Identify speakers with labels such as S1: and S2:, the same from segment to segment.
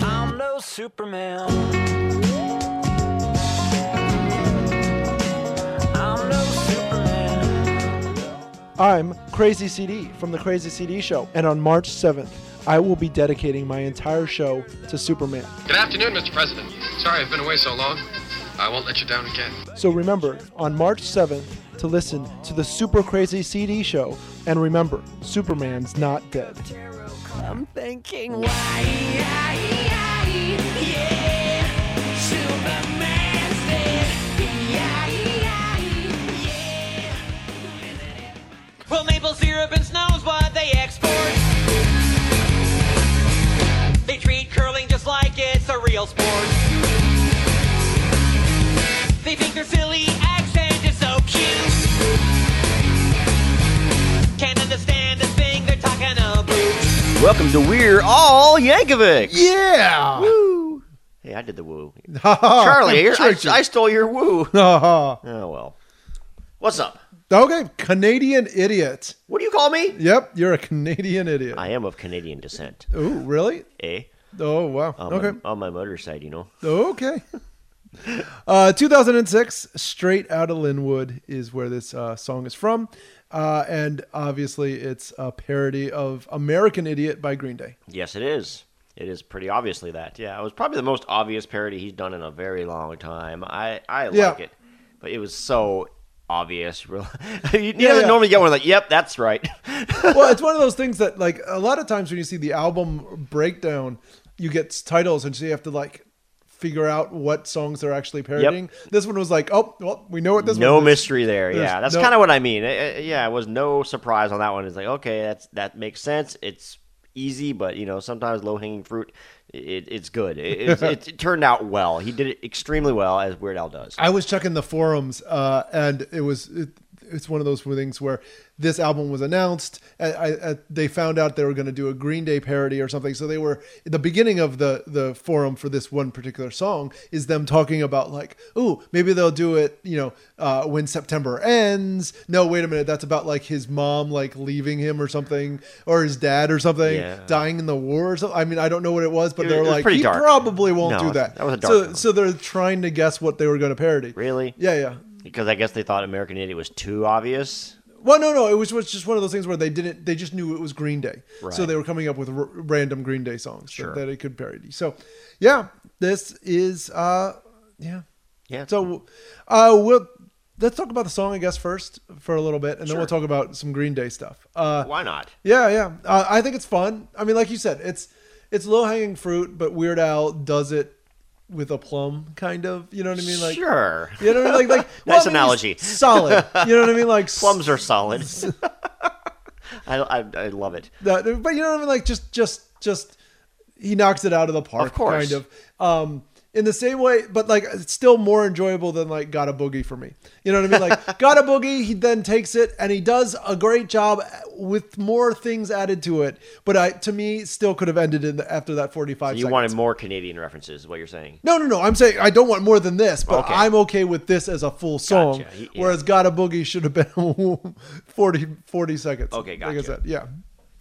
S1: I'm no Superman. I'm no Superman.
S2: I'm Crazy CD from the Crazy CD Show, and on March 7th, I will be dedicating my entire show to Superman.
S3: Good afternoon, Mr. President. Sorry I've been away so long. I won't let you down again.
S2: So remember, on March 7th, to listen to the Super Crazy CD Show, and remember, Superman's not dead.
S1: I'm thinking why, yeah, Superman's dead, yeah.
S4: Well, maple syrup and snow's what they export. They treat curling just like it's a real sport. They think their silly accent is so cute. Can't understand a thing they're talking about.
S5: Welcome to We're All Yankovic.
S6: Yeah. Oh,
S5: Woo. Hey, I did the woo. Charlie,
S6: Charlie
S5: here, I, I stole your woo.
S6: Uh-huh.
S5: Oh well. What's up?
S6: Okay, Canadian idiot.
S5: What do you call me?
S6: Yep, you're a Canadian idiot.
S5: I am of Canadian descent.
S6: Ooh, really?
S5: Eh?
S6: Oh, wow.
S5: On,
S6: okay.
S5: my, on my mother's side, you know.
S6: Okay. Uh, 2006, Straight Out of Linwood is where this uh, song is from. Uh, and obviously, it's a parody of American Idiot by Green Day.
S5: Yes, it is. It is pretty obviously that. Yeah, it was probably the most obvious parody he's done in a very long time. I I
S6: Yeah.
S5: like it, but it was so obvious. you you
S6: Yeah,
S5: don't
S6: yeah.
S5: normally get one like, "Yep, that's right."
S6: well, it's one of those things that, like, a lot of times when you see the album breakdown, you get titles, and so you have to, like, figure out what songs they're actually parodying. This one was like, oh, well, we know what this
S5: no
S6: one is.
S5: mystery there.
S6: There's
S5: yeah, that's
S6: no-
S5: kind of what I mean. Eh, eh, yeah, it was no surprise on that one. It's like, okay, that's that makes sense. It's easy, but you know, sometimes low hanging fruit, it, it's good. It, it's- it's- it turned out well. He did it extremely well, as Weird Al does.
S6: I was checking the forums, uh, and it was it, it's one of those things where this album was announced. And I, I, they found out they were going to do a Green Day parody or something, so they were at the beginning of the the forum for this one particular song is them talking about like, oh, maybe they'll do it, you know, uh, when September ends. No, wait a minute, that's about like his mom like leaving him or something, or his dad or something
S5: Yeah.
S6: dying in the war or something. I mean, I don't know what it was, but
S5: It-
S6: they were
S5: it was
S6: like,
S5: pretty
S6: he
S5: dark.
S6: probably won't
S5: No,
S6: do that.
S5: that was a dark
S6: So-
S5: one.
S6: so they're trying to guess what they were going to parody.
S5: Really?
S6: Yeah, yeah.
S5: Because I guess they thought American Idiot was too obvious.
S6: Well, no, no. It was, was just one of those things where they didn't. They just knew it was Green Day, so
S5: Right.
S6: they were coming up with r- random Green Day songs
S5: Sure.
S6: that, that it could parody. So, yeah, this is uh, yeah.
S5: Yeah.
S6: So, uh, we'll let's talk about the song, I guess, first for a little bit, and then we'll
S5: Sure.
S6: talk about some Green Day stuff. Uh,
S5: why not?
S6: Yeah, yeah. Uh, I think it's fun. I mean, like you said, it's it's low hanging fruit, but Weird Al does it with a plum, kind of. You know what I mean? Like,
S5: sure.
S6: You know what I mean? Like, like
S5: Nice
S6: I mean,
S5: analogy.
S6: he's Solid. You know what I mean? Like
S5: Plums are solid. I, I, I love it.
S6: that- but you know what I mean? Like just, just, just he knocks it out of the park.
S5: Of course.
S6: kind of. Um, in the same way, but like it's still more enjoyable than like got a boogie for me. You know what I mean? Like got a boogie, he then takes it and he does a great job with more things added to it. But I, to me, still could have ended in the, after that forty-five.
S5: You
S6: seconds.
S5: wanted more Canadian references, is what you're saying.
S6: No, no, no. I'm saying I don't want more than this, but
S5: Okay.
S6: I'm okay with this as a full song.
S5: Gotcha. He- yeah.
S6: Whereas Got a Boogie should have been 40, 40 seconds.
S5: Okay,
S6: Like I
S5: gotcha.
S6: said, yeah.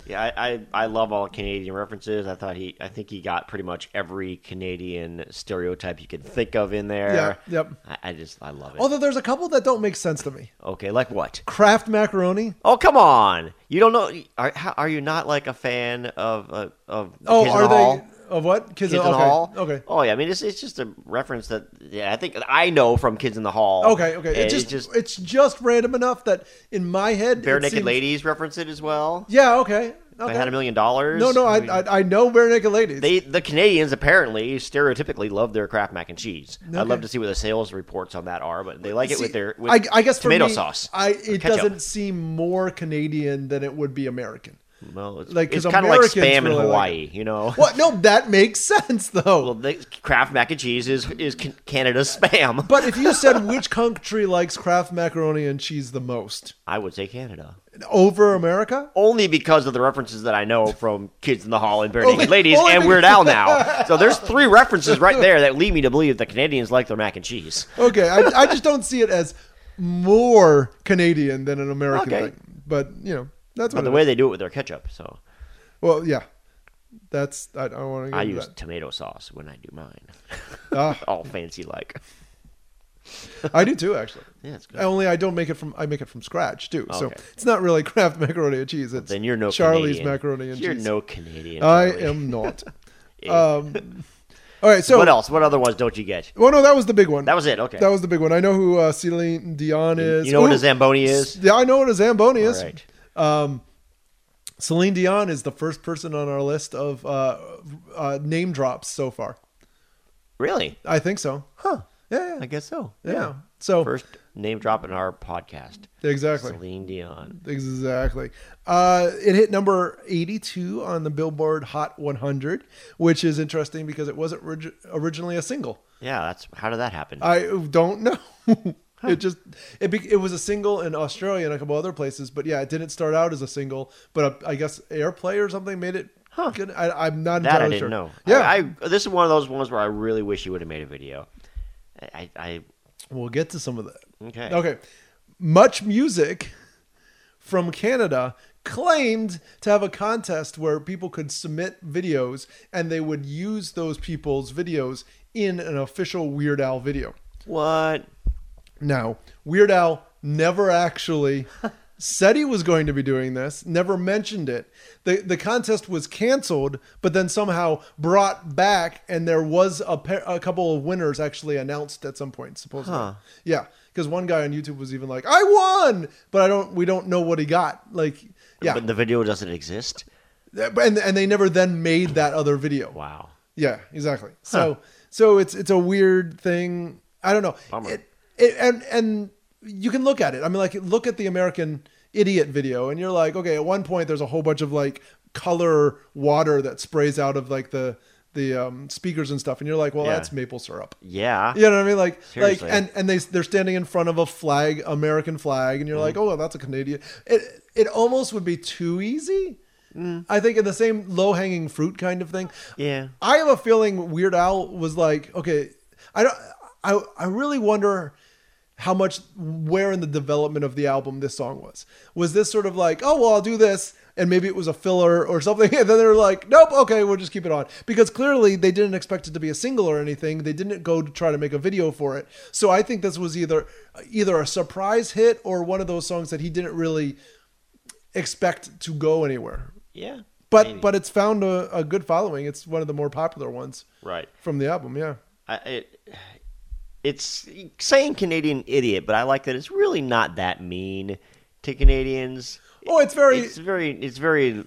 S5: Yeah, I, I, I love all Canadian references. I thought he I think he got pretty much every Canadian stereotype you could think of in there.
S6: Yeah, yep.
S5: I, I just I love it.
S6: Although there's a couple that don't make sense to me.
S5: okay, like what?
S6: Kraft macaroni.
S5: Oh come on! You don't know? Are how, are you not like a fan of uh, of
S6: Oh,
S5: Kids in
S6: are
S5: the
S6: they
S5: Hall?
S6: of what? Kids,
S5: Kids
S6: in
S5: in the
S6: okay.
S5: Hall?
S6: Okay.
S5: Oh yeah, I mean it's it's just a reference that yeah I think I know from Kids in the Hall.
S6: Okay, okay.
S5: And
S6: It's just, it's just random enough that in my head
S5: bare
S6: it
S5: naked
S6: seems-
S5: ladies reference it as well.
S6: Yeah, okay.
S5: If I
S6: okay.
S5: had a million dollars.
S6: No, no, I,
S5: mean,
S6: I I know bare naked ladies.
S5: They the Canadians apparently stereotypically love their Kraft mac and cheese. I'd
S6: Okay.
S5: love to see what the sales reports on that are, but they like it
S6: See,
S5: with their with
S6: I, I guess for
S5: tomato
S6: me,
S5: sauce.
S6: I
S5: or
S6: it
S5: ketchup.
S6: doesn't seem more Canadian than it would be American.
S5: Well, it's,
S6: like,
S5: it's
S6: 'cause
S5: kind of like
S6: Americans
S5: spam
S6: really
S5: in
S6: like
S5: Hawaii, you know.
S6: What? No, that makes sense though.
S5: Well, the Kraft mac and cheese is is Can- Canada's spam.
S6: but if you said which country likes Kraft macaroni and cheese the most,
S5: I would say Canada.
S6: over America.
S5: only because of the references that I know from Kids in the Hall and Bare
S6: Only-
S5: Naked Ladies
S6: only
S5: and
S6: be-
S5: Weird Al now. So there's three references right there that lead me to believe that Canadians like their mac and cheese.
S6: Okay, I, I just don't see it as more Canadian than an American
S5: Okay.
S6: thing. But you know, that's what
S5: But the
S6: it
S5: way
S6: is.
S5: they do it with their ketchup, so
S6: Well, yeah, that's I, I don't want to.
S5: I
S6: into
S5: use
S6: that.
S5: tomato sauce when I do mine.
S6: Ah.
S5: All fancy like.
S6: I do too, actually.
S5: Yeah, it's good.
S6: Only I don't make it from I make it from scratch too. So
S5: Okay.
S6: it's not really Kraft macaroni and cheese. It's
S5: Then you're no
S6: Charlie's
S5: Canadian.
S6: macaroni and
S5: you're
S6: cheese.
S5: no Canadian.
S6: I
S5: Charlie.
S6: am not.
S5: Yeah.
S6: um, all right, so
S5: what else? What other ones don't you get?
S6: Well, no, that was the big one.
S5: That was it. Okay.
S6: That was the big one. I know who uh, Celine Dion is.
S5: you know what
S6: Ooh.
S5: a Zamboni is?
S6: Yeah, I know what a Zamboni
S5: All
S6: is.
S5: right.
S6: Celine Dion is the first person on our list of uh, uh, name drops so far.
S5: Really?
S6: I think so.
S5: Huh.
S6: Yeah, yeah,
S5: I guess so.
S6: yeah. So
S5: First name drop in our podcast.
S6: exactly,
S5: Celine Dion.
S6: exactly. Uh, it hit number eighty-two on the Billboard Hot 100, which is interesting because it wasn't orig- originally a single.
S5: Yeah, that's how did that happen?
S6: I don't know. It just it be, it was a single in Australia and a couple other places, but yeah, it didn't start out as a single. But uh, I, I guess airplay or something made it. Good. I, I'm not
S5: That I
S6: entirely
S5: didn't
S6: sure.
S5: know.
S6: Yeah,
S5: I, I this is one of those ones where I really wish you would have made a video. I, I,
S6: we'll get to some of that.
S5: I okay.
S6: Okay, much music from Canada claimed to have a contest where people could submit videos and they would use those people's videos in an official Weird Al video.
S5: What?
S6: Now, Weird Al never actually said he was going to be doing this, never mentioned it. The the contest was canceled, but then somehow brought back and there was a pair, a couple of winners actually announced at some point supposedly. Yeah, cuz one guy on YouTube was even like, "I won," but I don't we don't know what he got. Like yeah.
S5: But the video doesn't exist.
S6: and and they never then made that other video.
S5: Wow.
S6: Yeah, exactly. So so it's it's a weird thing. I don't know.
S5: Bummer.
S6: It, it and and you can look at it. I mean, like look at the American Idiot video, and you're like, okay. At one point, there's a whole bunch of like color water that sprays out of like the the um, speakers and stuff, and you're like, well,
S5: Yeah.
S6: that's maple syrup.
S5: Yeah.
S6: You know what I mean? Like,
S5: Seriously.
S6: like, and and they they're standing in front of a flag, American flag,
S5: Mm-hmm.
S6: and you're like, oh, well, that's a Canadian. It it almost would be too easy. I think in the same low hanging fruit kind of thing.
S5: Yeah.
S6: I have a feeling Weird Al was like, okay, I don't, I I really wonder how much where in the development of the album this song was. Was this sort of like, oh well, I'll do this. And maybe it was a filler or something, and then they're like, "Nope, okay, we'll just keep it on." Because clearly they didn't expect it to be a single or anything. They didn't go to try to make a video for it. So I think this was either either a surprise hit or one of those songs that he didn't really expect to go anywhere.
S5: Yeah.
S6: But
S5: Maybe.
S6: but it's found a, a good following. It's one of the more popular ones
S5: right.
S6: from the album. Yeah,
S5: I, it, it's saying Canadian idiot, but I like that it's really not that mean to Canadians.
S6: Oh, it's very-
S5: It's very. It's very.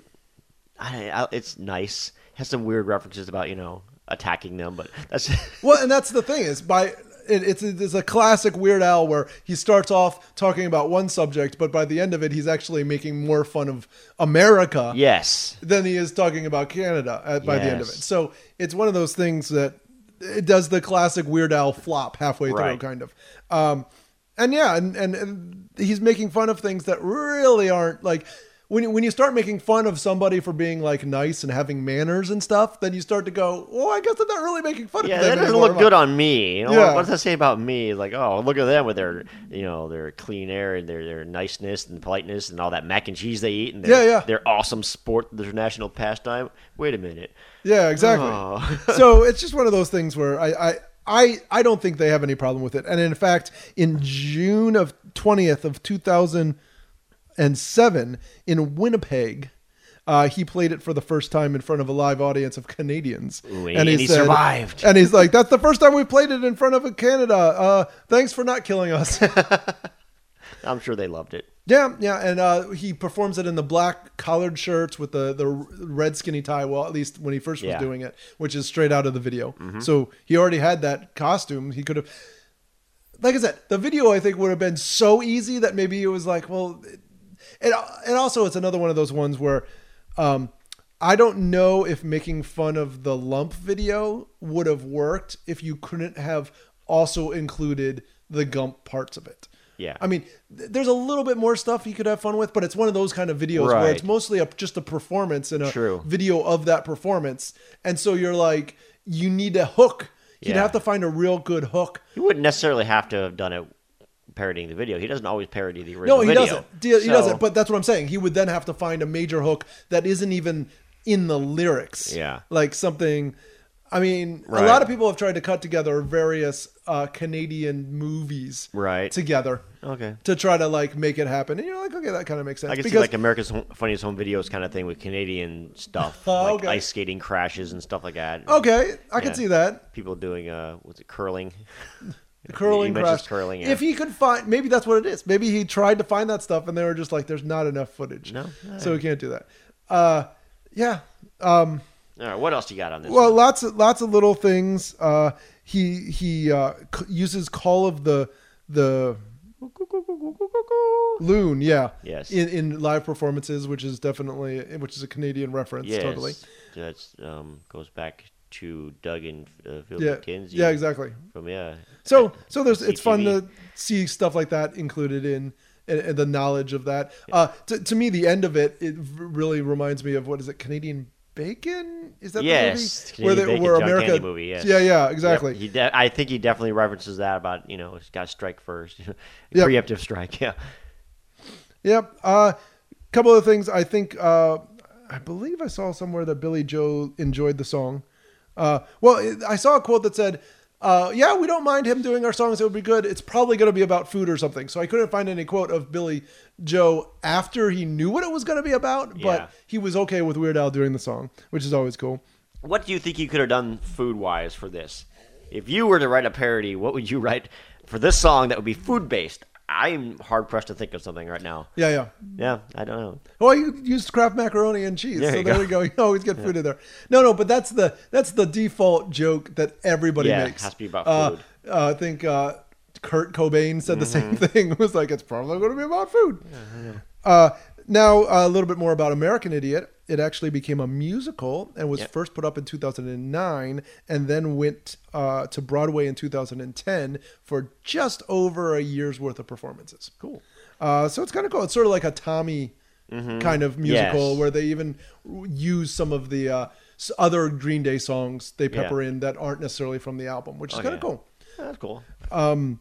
S5: I, I, it's nice. Has some weird references about you know attacking them, but that's.
S6: well, and that's the thing is by it, it's it's a classic Weird Al where he starts off talking about one subject, but by the end of it, he's actually making more fun of America
S5: yes.
S6: than he is talking about Canada at, by the end of it.
S5: Yes.
S6: So it's one of those things that it does the classic Weird Al flop halfway through,
S5: Right.
S6: kind of. Um, and yeah, and, and and he's making fun of things that really aren't like. When you, when you start making fun of somebody for being like nice and having manners and stuff, then you start to go, "Oh, I guess I'm not really making fun
S5: Yeah,
S6: of them."
S5: that
S6: anymore,
S5: doesn't look
S6: am I?"
S5: good on me. You know,
S6: Yeah.
S5: What does that say about me? Like, oh, look at them with their, you know, their clean air and their, their niceness and politeness and all that mac and cheese they eat and their,
S6: Yeah, yeah.
S5: their awesome sport, their national pastime. Wait a minute.
S6: Yeah, exactly.
S5: Oh.
S6: so it's just one of those things where I, I I I don't think they have any problem with it. And in fact, in June of twentieth of two thousand and seven in Winnipeg. Uh, he played it for the first time in front of a live audience of Canadians,
S5: Ooh, and he survived.
S6: And he's like, "That's the first time we played it in front of Canada. Uh, thanks for not killing us."
S5: I'm sure they loved it.
S6: Yeah, yeah, and uh, he performs it in the black collared shirts with the the red skinny tie. Well, at least when he first was
S5: Yeah.
S6: doing it, which is straight out of the video. So he already had that costume. He could have, like I said, the video I think would have been so easy that maybe it was like, well, and and also it's another one of those ones where, um, I don't know if making fun of the lump video would have worked if you couldn't have also included the gump parts of it.
S5: Yeah.
S6: I mean, th- there's a little bit more stuff you could have fun with, but it's one of those kind of videos where
S5: Right.
S6: it's mostly a, just a performance and a
S5: True.
S6: video of that performance, and so you're like, you need a hook. You'd
S5: Yeah.
S6: have to find a real good hook.
S5: He wouldn't necessarily have to have done it parodying the video. He doesn't always parody the original
S6: No, he
S5: video.
S6: doesn't. He, he
S5: So-
S6: doesn't. But that's what I'm saying. He would then have to find a major hook that isn't even in the lyrics.
S5: Yeah.
S6: like something. I mean, a
S5: Right.
S6: lot of people have tried to cut together various uh, Canadian movies
S5: Right.
S6: together.
S5: Okay.
S6: To try to like make it happen, and you're like, okay, that kind of makes sense.
S5: I can see
S6: because
S5: like America's Home- Funniest Home Videos kind of thing with Canadian stuff,
S6: Oh,
S5: like
S6: okay.
S5: ice skating crashes and stuff like that.
S6: okay, I can
S5: Yeah.
S6: see that.
S5: People doing uh, what's it curling?
S6: The curling
S5: mentions
S6: crash.
S5: curling, yeah.
S6: If he could find, maybe that's what it is. Maybe he tried to find that stuff, and they were just like, "There's not enough footage,
S5: No.
S6: so we can't do that." Uh, yeah. Um,
S5: All right, what else you got on this?
S6: well,
S5: one?
S6: lots of lots of little things. Uh, he he uh, c- uses call of the the loon, yeah,
S5: Yes.
S6: in in live performances, which is definitely which is a Canadian reference,
S5: yes,
S6: totally.
S5: that's um, goes back to Doug and uh, Phil
S6: Yeah,
S5: McKenzie.
S6: yeah, exactly.
S5: From yeah,
S6: So so there's it's fun
S5: CTV.
S6: to see stuff like that included in and, and the knowledge of that. Uh, to, to me, the end of it it v- really reminds me of what is it Canadian Bacon? Is that
S5: Yes,
S6: the movie
S5: Canadian Bacon, John Candy movie, yes.
S6: Yeah, yeah, exactly.
S5: Yep, he de- I think he definitely references that about you know he's got to strike first,
S6: Yep.
S5: preemptive strike. Yeah,
S6: Yep. A uh, couple of things. I think uh, I believe I saw somewhere that Billy Joe enjoyed the song. Uh, well, it- I saw a quote that said, uh, "Yeah, we don't mind him doing our songs. It would be good. It's probably going to be about food or something." So I couldn't find any quote of Billy Joe after he knew what it was going to be about,
S5: Yeah.
S6: but he was okay with Weird Al doing the song, which is always cool.
S5: What do you think you could have done food wise for this? If you were to write a parody, what would you write for this song that would be food based? I'm hard pressed to think of something right now.
S6: Yeah, yeah.
S5: Yeah, I don't know.
S6: Well, Oh, you used Kraft macaroni and cheese,
S5: There
S6: so
S5: you
S6: there
S5: go.
S6: we go. You always get food in there. No, no, but that's the that's the default joke that everybody
S5: Yeah, it
S6: makes.
S5: has to be about
S6: Uh,
S5: food.
S6: uh, I think uh, Kurt Cobain said the same
S5: Mm-hmm.
S6: thing. It was like it's probably going to be about food. Uh, now a little bit more about American Idiot. It actually became a musical and was
S5: Yep.
S6: first put up in 2009, and then went uh, to Broadway in 2010 for just over a year's worth of performances. Cool. Uh, so it's kind of cool. It's sort of like a Tommy kind of musical
S5: Mm-hmm. Yes.
S6: where they even use some of the uh, s- other Green Day songs they pepper in that aren't necessarily from the album, which is kind of
S5: Oh, yeah.
S6: cool.
S5: That's cool.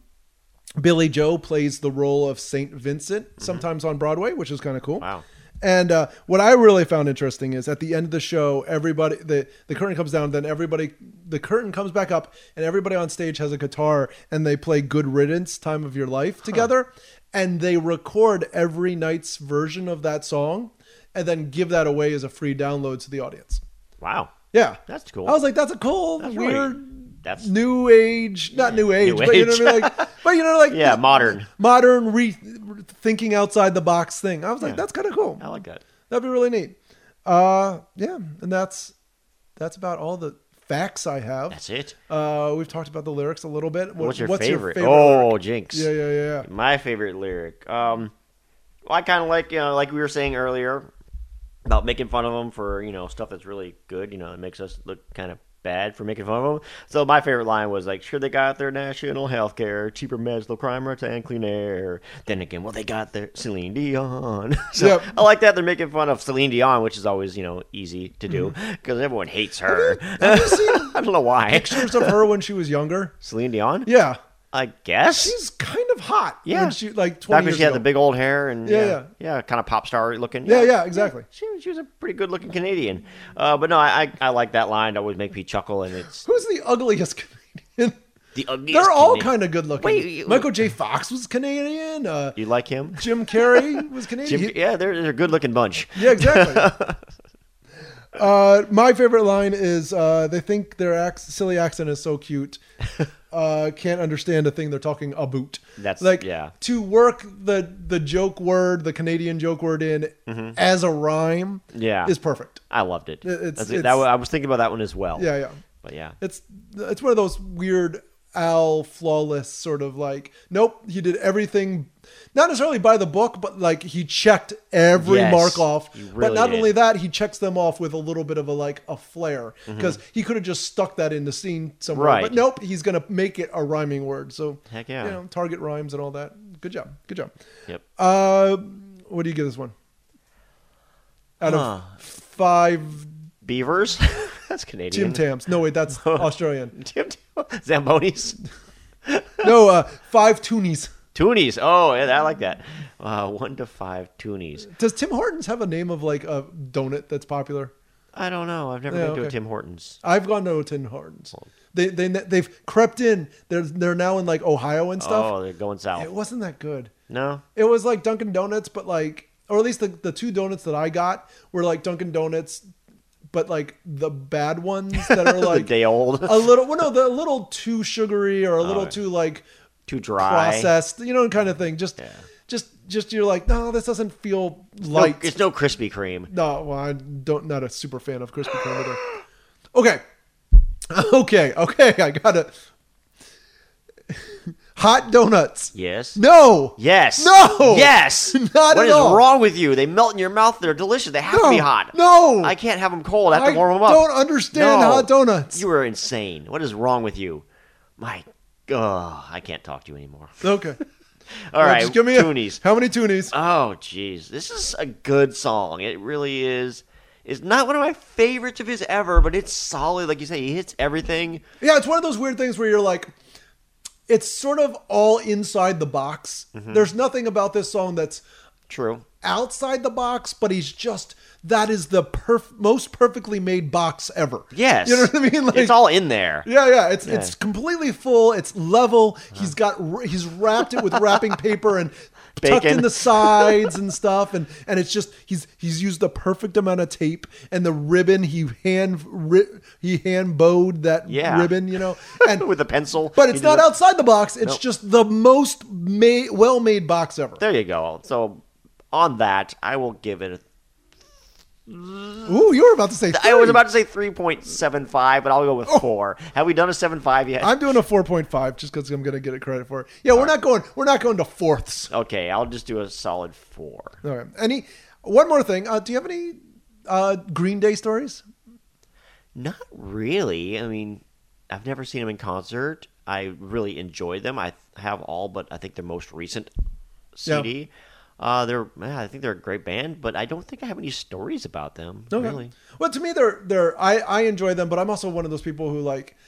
S6: Billy Joe plays the role of Saint Vincent sometimes on Broadway, which is kind of cool.
S5: Mm-hmm. Wow.
S6: And uh, what I really found interesting is at the end of the show, everybody the the curtain comes down, then everybody the curtain comes back up, and everybody on stage has a guitar and they play "Good Riddance," "Time of Your Life" together, and they record every night's version of that song, and then give that away as a free download to the audience.
S5: Wow.
S6: Yeah,
S5: That's cool.
S6: I was like, that's a cool,
S5: That's really-
S6: weird,
S5: that's-
S6: new age, not new age, but you know what I mean?
S5: age.
S6: Like, but you know, like
S5: Yeah, modern.
S6: modern re- thinking outside the box thing. I was like,
S5: Yeah.
S6: that's kind of cool.
S5: I like that.
S6: That'd be really neat. Uh, yeah, and that's that's about all the facts I have.
S5: That's it.
S6: Uh, we've talked about the lyrics a little bit. What-
S5: What's your favorite?
S6: lyric?
S5: oh, Jinx.
S6: yeah, yeah, yeah, yeah.
S5: My favorite lyric. Um, well, I kind of like you know, like we were saying earlier about making fun of them for you know stuff that's really good. You know, it makes us look kind of bad for making fun of them. So my favorite line was like, "Sure, they got their national health care, cheaper meds, low crime rates, and clean air." Then again, well, they got their Celine Dion. so
S6: Yep.
S5: I like that they're making fun of Celine Dion, which is always you know easy to do
S6: Mm-hmm.
S5: because everyone hates her. I don't know why.
S6: Pictures of her when she was younger.
S5: Celine Dion.
S6: Yeah,
S5: I guess
S6: she's kind of hot.
S5: Yeah.
S6: when she like twenty.
S5: after
S6: years
S5: she had
S6: ago.
S5: the big old hair and
S6: Yeah,
S5: yeah,
S6: yeah.
S5: yeah, kind of pop star looking.
S6: Yeah, yeah, exactly.
S5: She, she was a pretty good looking Canadian. Uh, but no, I, I I like that line. It always make me chuckle, and it's
S6: Who's the ugliest Canadian?
S5: the ugliest.
S6: They're all
S5: Canadian-
S6: kind of good looking.
S5: Wait, you-
S6: Michael J. Fox was Canadian. Uh,
S5: You like him?
S6: Jim Carrey was Canadian.
S5: Jim, yeah, they're, they're a good looking bunch.
S6: yeah, exactly. uh, my favorite line is uh, they think their ac- silly accent is so cute. Uh, can't understand a thing they're talking about.
S5: That's-
S6: like
S5: yeah.
S6: to work the the joke word, the Canadian joke word in as a rhyme.
S5: Mm-hmm. Yeah.
S6: is perfect.
S5: I loved it.
S6: It's-
S5: That's it.
S6: it's-
S5: that, wa- I was thinking about that one as well.
S6: Yeah, yeah.
S5: But yeah,
S6: It's it's one of those weird Al flawless sort of like, nope, he did everything, not necessarily by the book, but like he checked every
S5: Yes,
S6: mark off.
S5: he
S6: but
S5: really
S6: not
S5: did.
S6: only that, he checks them off with a little bit of a like a flair because he could have just stuck that in the scene somewhere.
S5: Mm-hmm. Right.
S6: But nope, he's gonna make it a rhyming word. So
S5: Heck yeah.
S6: you know, target rhymes and all that. Good job, good job.
S5: Yep.
S6: Uh, what do you give this one? Out
S5: Huh.
S6: of five
S5: Beavers. That's
S6: Tim
S5: Canadian.
S6: Tams. No, wait, that's Australian.
S5: Tim Tam. Zambonis.
S6: No, uh, five Toonies.
S5: Toonies. Oh, yeah, I like that. Uh, one to five Toonies.
S6: Does Tim Hortons have a name of like a donut that's popular?
S5: I don't know. I've never
S6: Yeah,
S5: been to
S6: okay.
S5: a Tim Hortons.
S6: I've gone to Tim Hortons. They they they've crept in. They're they're now in like Ohio and
S5: Oh,
S6: stuff.
S5: they're going
S6: it
S5: south.
S6: wasn't that good.
S5: No.
S6: It was like Dunkin' Donuts, but like, or at least the, the two donuts that I got were like Dunkin' Donuts, but like the bad ones that are
S5: The
S6: like
S5: day old.
S6: a little, well, no, they're a little too sugary or a little too like
S5: Too Oh, dry.
S6: processed, you know, kind of thing. Just, just, just you're like, no, this doesn't feel
S5: No,
S6: light.
S5: it's no Krispy Kreme.
S6: No, well, I don't not a super fan of Krispy Kreme either. Okay, okay, okay. I got it. Hot donuts.
S5: Yes.
S6: No.
S5: Yes.
S6: No.
S5: Yes.
S6: Not
S5: What
S6: at
S5: is
S6: all.
S5: wrong with you? They melt in your mouth. They're delicious. They have to be
S6: No,
S5: hot.
S6: no.
S5: I can't have them cold. I have
S6: I
S5: to warm them up.
S6: don't understand hot donuts.
S5: You are insane. What is wrong with you? My. Oh, I can't talk to you anymore.
S6: Okay.
S5: All right,
S6: Just give me a-
S5: Toonies.
S6: how many toonies?
S5: Oh, jeez. This is a good song. It really is. It's not one of my favorites of his ever, but it's solid. Like you say, he hits everything.
S6: Yeah, it's one of those weird things where you're like, it's sort of all inside the box.
S5: Mm-hmm.
S6: There's nothing about this song that's
S5: True.
S6: outside the box, but he's just that is the perf- most perfectly made box ever.
S5: Yes.
S6: you know what I mean. Like,
S5: it's all in there.
S6: Yeah, yeah, it's it's completely full. It's level.
S5: Uh-huh.
S6: He's got r- he's wrapped it with wrapping paper and tucked in
S5: Bacon.
S6: the sides and stuff, and and it's just he's he's used the perfect amount of tape and the ribbon he hand ri- he hand bowed that
S5: Yeah.
S6: ribbon, you know, and
S5: With a pencil.
S6: but
S5: He
S6: it's
S5: does
S6: not
S5: it-
S6: outside the box. It's
S5: Nope.
S6: just the most made well made box ever.
S5: There you go. So, on that, I will give it a.
S6: Ooh, you were about to say.
S5: I was
S6: three. Oh.
S5: about to say 3.75, but I'll go with 4. Have we done a 7.5 yet?
S6: I'm doing a 4.5 just because I'm gonna get it credit for it. Yeah, we're not going. We're not going to fourths.
S5: okay, I'll just do a solid 4.
S6: All right. Any one more thing? Uh, do you have any uh, Green Day stories?
S5: Not really. I mean, I've never seen them in concert. I really enjoy them. I have all but I think their most recent
S6: Yeah.
S5: CD. Uh, they're yeah, I think they're a great band, but I don't think I have any stories about them.
S6: Okay.
S5: Really,
S6: Well, to me, they're they're I I enjoy them, but I'm also one of those people who like.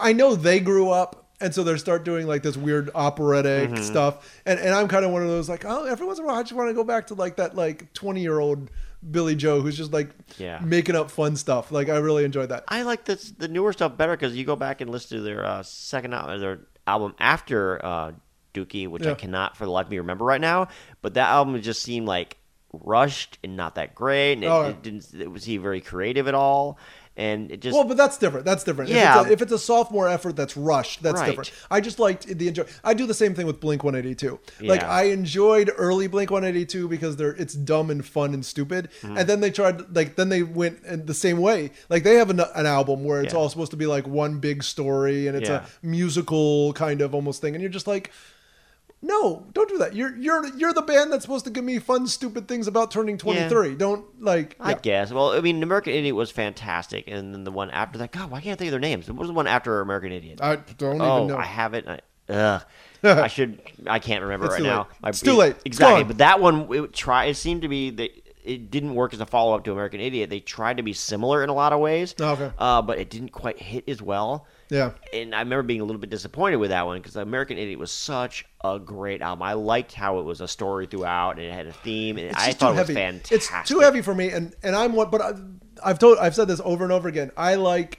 S6: I know they grew up. And so they start doing like this weird operatic
S5: Mm-hmm.
S6: stuff, and, and I'm kind of one of those like, oh, every once in a while I just want to go back to like that like 20 year old Billy Joe who's just like
S5: Yeah.
S6: making up fun stuff. Like I really enjoyed that.
S5: I like this the newer stuff better because you go back and listen to their uh, second album, their album after uh, Dookie, which
S6: Yeah.
S5: I cannot for the life of me remember right now. But that album just seemed like rushed and not that great, and it,
S6: Oh, yeah.
S5: it didn't it was he very creative at all, and it just
S6: Well, but that's different. That's different. If
S5: Yeah.
S6: it's a, if it's a sophomore effort that's rushed, that's
S5: Right.
S6: different. I just liked the enjoy. I do the same thing with Blink 182. Like
S5: Yeah.
S6: I enjoyed early Blink 182 because they're it's dumb and fun and stupid.
S5: Mm-hmm.
S6: And then they tried like then they went in the same way. Like they have an, an album where it's
S5: Yeah.
S6: all supposed to be like one big story and it's
S5: Yeah.
S6: a musical kind of almost thing and you're just like no, don't do that. You're you're you're the band that's supposed to give me fun, stupid things about turning 23. Don't like
S5: I
S6: yeah.
S5: guess. Well, I mean, American Idiot was fantastic, and then the one after that. God, why can't I think of their names? What was the one after American Idiot?
S6: I don't
S5: oh,
S6: even know.
S5: I have it. I, ugh. I should. I can't remember
S6: It's
S5: right
S6: too
S5: now.
S6: late.
S5: My-
S6: It's too late. It's
S5: Exactly.
S6: gone.
S5: But that one, it try. It seemed to be that it didn't work as a follow up to American Idiot. They tried to be similar in a lot of ways.
S6: Oh, okay.
S5: Uh, but it didn't quite hit as well.
S6: Yeah.
S5: And I remember being a little bit disappointed with that one because American Idiot was such a great album. I liked how it was a story throughout and it had a theme. And I thought it was fantastic.
S6: It's too heavy for me, and and I'm what, but I, I've told, I've said this over and over again. I like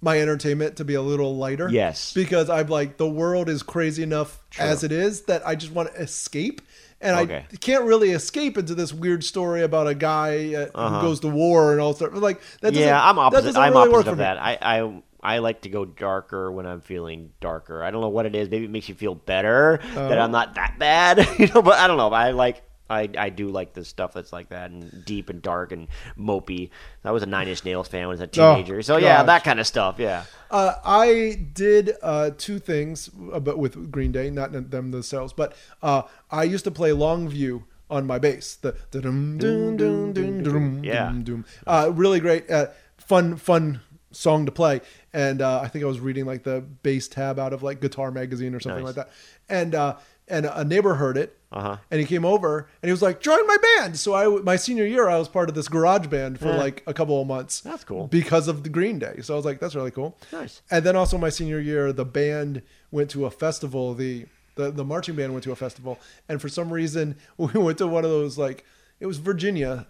S6: my entertainment to be a little lighter.
S5: Yes.
S6: because I'm like the world is crazy enough as it is that I just want to escape. And
S5: Okay.
S6: I can't really escape into this weird story about a guy uh, who goes to war and all stuff. Like that. doesn't-
S5: Uh-huh. yeah, I'm
S6: that
S5: opposite.
S6: doesn't
S5: I'm
S6: really work
S5: opposite
S6: for
S5: of
S6: me.
S5: that. I, I I like to go darker when I'm feeling
S6: Oh.
S5: darker. I don't know what it is. Maybe it makes you feel better that I'm not that bad, you know. But I don't know. I like I, I do like the stuff that's like that and deep and dark and mopey. I was a Nine Inch Nails fan when I was a
S6: Oh,
S5: teenager, so yeah,
S6: gosh.
S5: that kind of stuff. Yeah,
S6: Uh, I did uh, two things, uh, but with Green Day, not them themselves. But uh, I used to play Longview on my bass. The the dum dum dum dum dum
S5: Yeah.
S6: dum dum. Uh, really great, uh, fun fun song to play. And uh, I think I was reading like the bass tab out of like Guitar Magazine or something
S5: Nice.
S6: like that. And uh, and a neighbor heard it.
S5: Uh-huh.
S6: And he came over and he was like, "Join my band." So I, my senior year, I was part of this garage band for like a couple of months.
S5: That's cool.
S6: Because of the Green Day. So I was like, that's really cool.
S5: Nice.
S6: And then also my senior year, the band went to a festival. The, the the marching band went to a festival, and for some reason we went to one of those like it was Virginia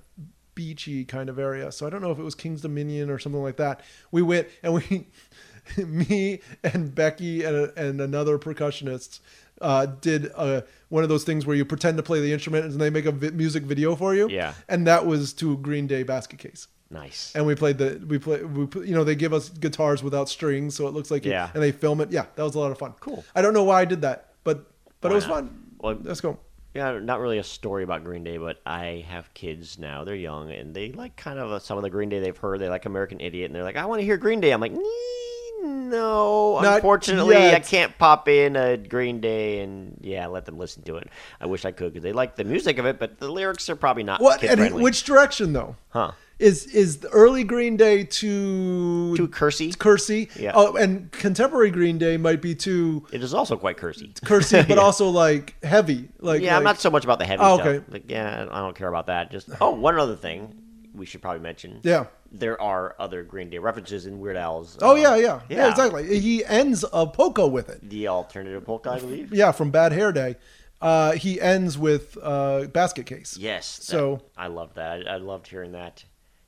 S6: beachy kind of area. So I don't know if it was King's Dominion or something like that. We went and we, me and Becky and and another percussionist. Uh, did uh, one of those things where you pretend to play the instrument and they make a vi- music video for you.
S5: Yeah.
S6: And that was to Green Day Basket Case
S5: nice.
S6: and we played the we play we pl- you know they give us guitars without strings so it looks like it-
S5: Yeah.
S6: and they film it yeah that was a lot of fun
S5: Cool.
S6: i don't know why i did that but but
S5: Why
S6: it was
S5: not?
S6: fun
S5: Well,
S6: let's go
S5: Yeah, not really a story about Green Day, but I have kids now. They're young and they like kind of uh, some of the Green Day they've heard. They like American Idiot and they're like, I want to hear Green Day. I'm like, "Nee, no,
S6: Not
S5: unfortunately, I
S6: yet."
S5: can't pop in a Green Day and yeah, let them listen to it. I wish I could because they like the music of it, but the lyrics are probably not
S6: what
S5: kid
S6: and
S5: friendly.
S6: which direction though
S5: Huh.
S6: is is the early green day too
S5: Too cursy.
S6: cursy
S5: Yeah.
S6: oh and contemporary green day might be too
S5: it is also quite cursy.
S6: cursy but also like heavy like
S5: Yeah, I'm
S6: like-
S5: not so much about the heavy
S6: Oh,
S5: stuff.
S6: okay.
S5: Like, yeah, I don't- I don't care about that. Just oh, one other thing we should probably mention.
S6: Yeah.
S5: there are other Green Day references in Weird Al's.
S6: oh
S5: uh,
S6: yeah, yeah yeah exactly he ends a poco with it
S5: The alternative polka, I believe.
S6: yeah from bad hair day uh, he ends with uh, basket case
S5: Yes. that-
S6: So-
S5: I love that. I, I loved hearing that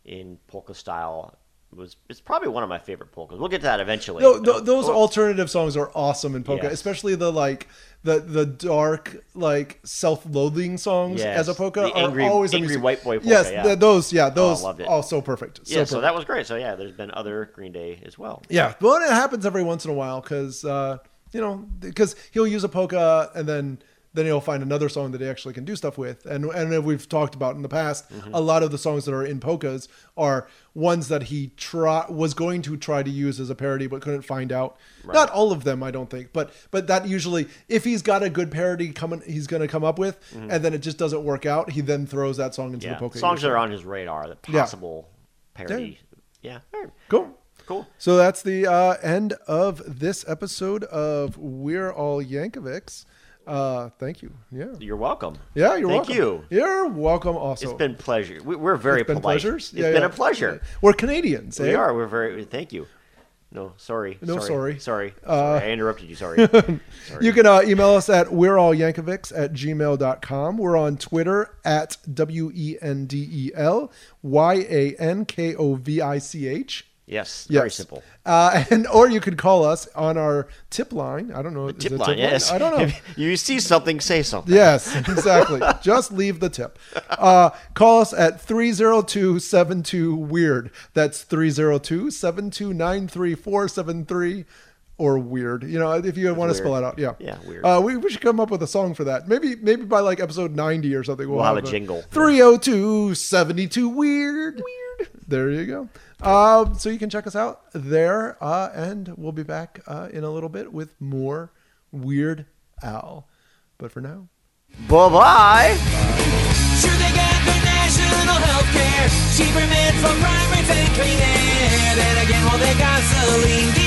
S5: in polka style. It was it's probably one of my favorite polkas. We'll get to that eventually.
S6: No, th- those
S5: Oh,
S6: alternative songs are awesome in polka,
S5: Yes.
S6: especially the like the the dark like self-loathing songs
S5: Yes.
S6: as a polka
S5: The
S6: are
S5: angry-
S6: always
S5: angry
S6: amazing.
S5: white boy polka,
S6: Yes,
S5: yeah.
S6: th- those yeah, those
S5: loved it.
S6: oh, so perfect. So
S5: Yeah, so
S6: perfect.
S5: that was great. So yeah, there's been other Green Day as well.
S6: yeah, but it happens every once in a while because uh, you know because he'll use a polka and then then he'll find another song that he actually can do stuff with. And and as we've talked about in the past,
S5: Mm-hmm.
S6: a lot of the songs that are in polkas are ones that he try was going to try to use as a parody but couldn't find out. Not all of them, I don't think, but but that usually if he's got a good parody coming, he's going to come up with, and then it just doesn't work out. He then throws that song into
S5: Mm-hmm. Yeah,
S6: the polka.
S5: songs that
S6: usually.
S5: are on his radar, the
S6: Yeah.
S5: possible parody. Yeah, alright,
S6: cool.
S5: cool.
S6: So that's the uh, end of this episode of We're All Yankovics. Uh, thank you. Yeah.
S5: You're welcome.
S6: Yeah, you're
S5: Thank
S6: welcome.
S5: you.
S6: You're welcome also.
S5: It's been pleasure. We, we're very
S6: It's been
S5: polite.
S6: pleasures.
S5: It's
S6: Yeah,
S5: been
S6: yeah.
S5: a pleasure.
S6: We're Canadians,
S5: We
S6: eh?
S5: are. We're very. Thank you. No, sorry.
S6: No,
S5: sorry.
S6: sorry. Uh,
S5: Sorry. Sorry, I interrupted you. Sorry.
S6: You can uh, email us at we're all Yankovics at gmail.com. We're on Twitter at W E N D E L Y A N K O V I C H.
S5: yes.
S6: Yes.
S5: Very simple.
S6: Uh, and or you could call us on our tip line. I don't know. is
S5: Tip
S6: it
S5: line. Yes.
S6: I don't know.
S5: If you see something, say something.
S6: Yes, exactly. Just leave the tip. Uh, call us at 302 Weird. That's 302 or Weird. You know, if you want to spell
S5: weird.
S6: it out. Yeah.
S5: Yeah, weird.
S6: Uh, we, we should come up with a song for that. Maybe maybe by like episode 90 or something. We'll,
S5: We'll have a jingle.
S6: 302 Weird. Weird. There you go. Um, so you can check us out there. Uh, and we'll be back uh, in a little bit with more Weird Owl. But for now,
S5: Bye bye.
S4: Sure, they got good national health care, cheaper meds for private and clean air. Then again, well, they gasoline.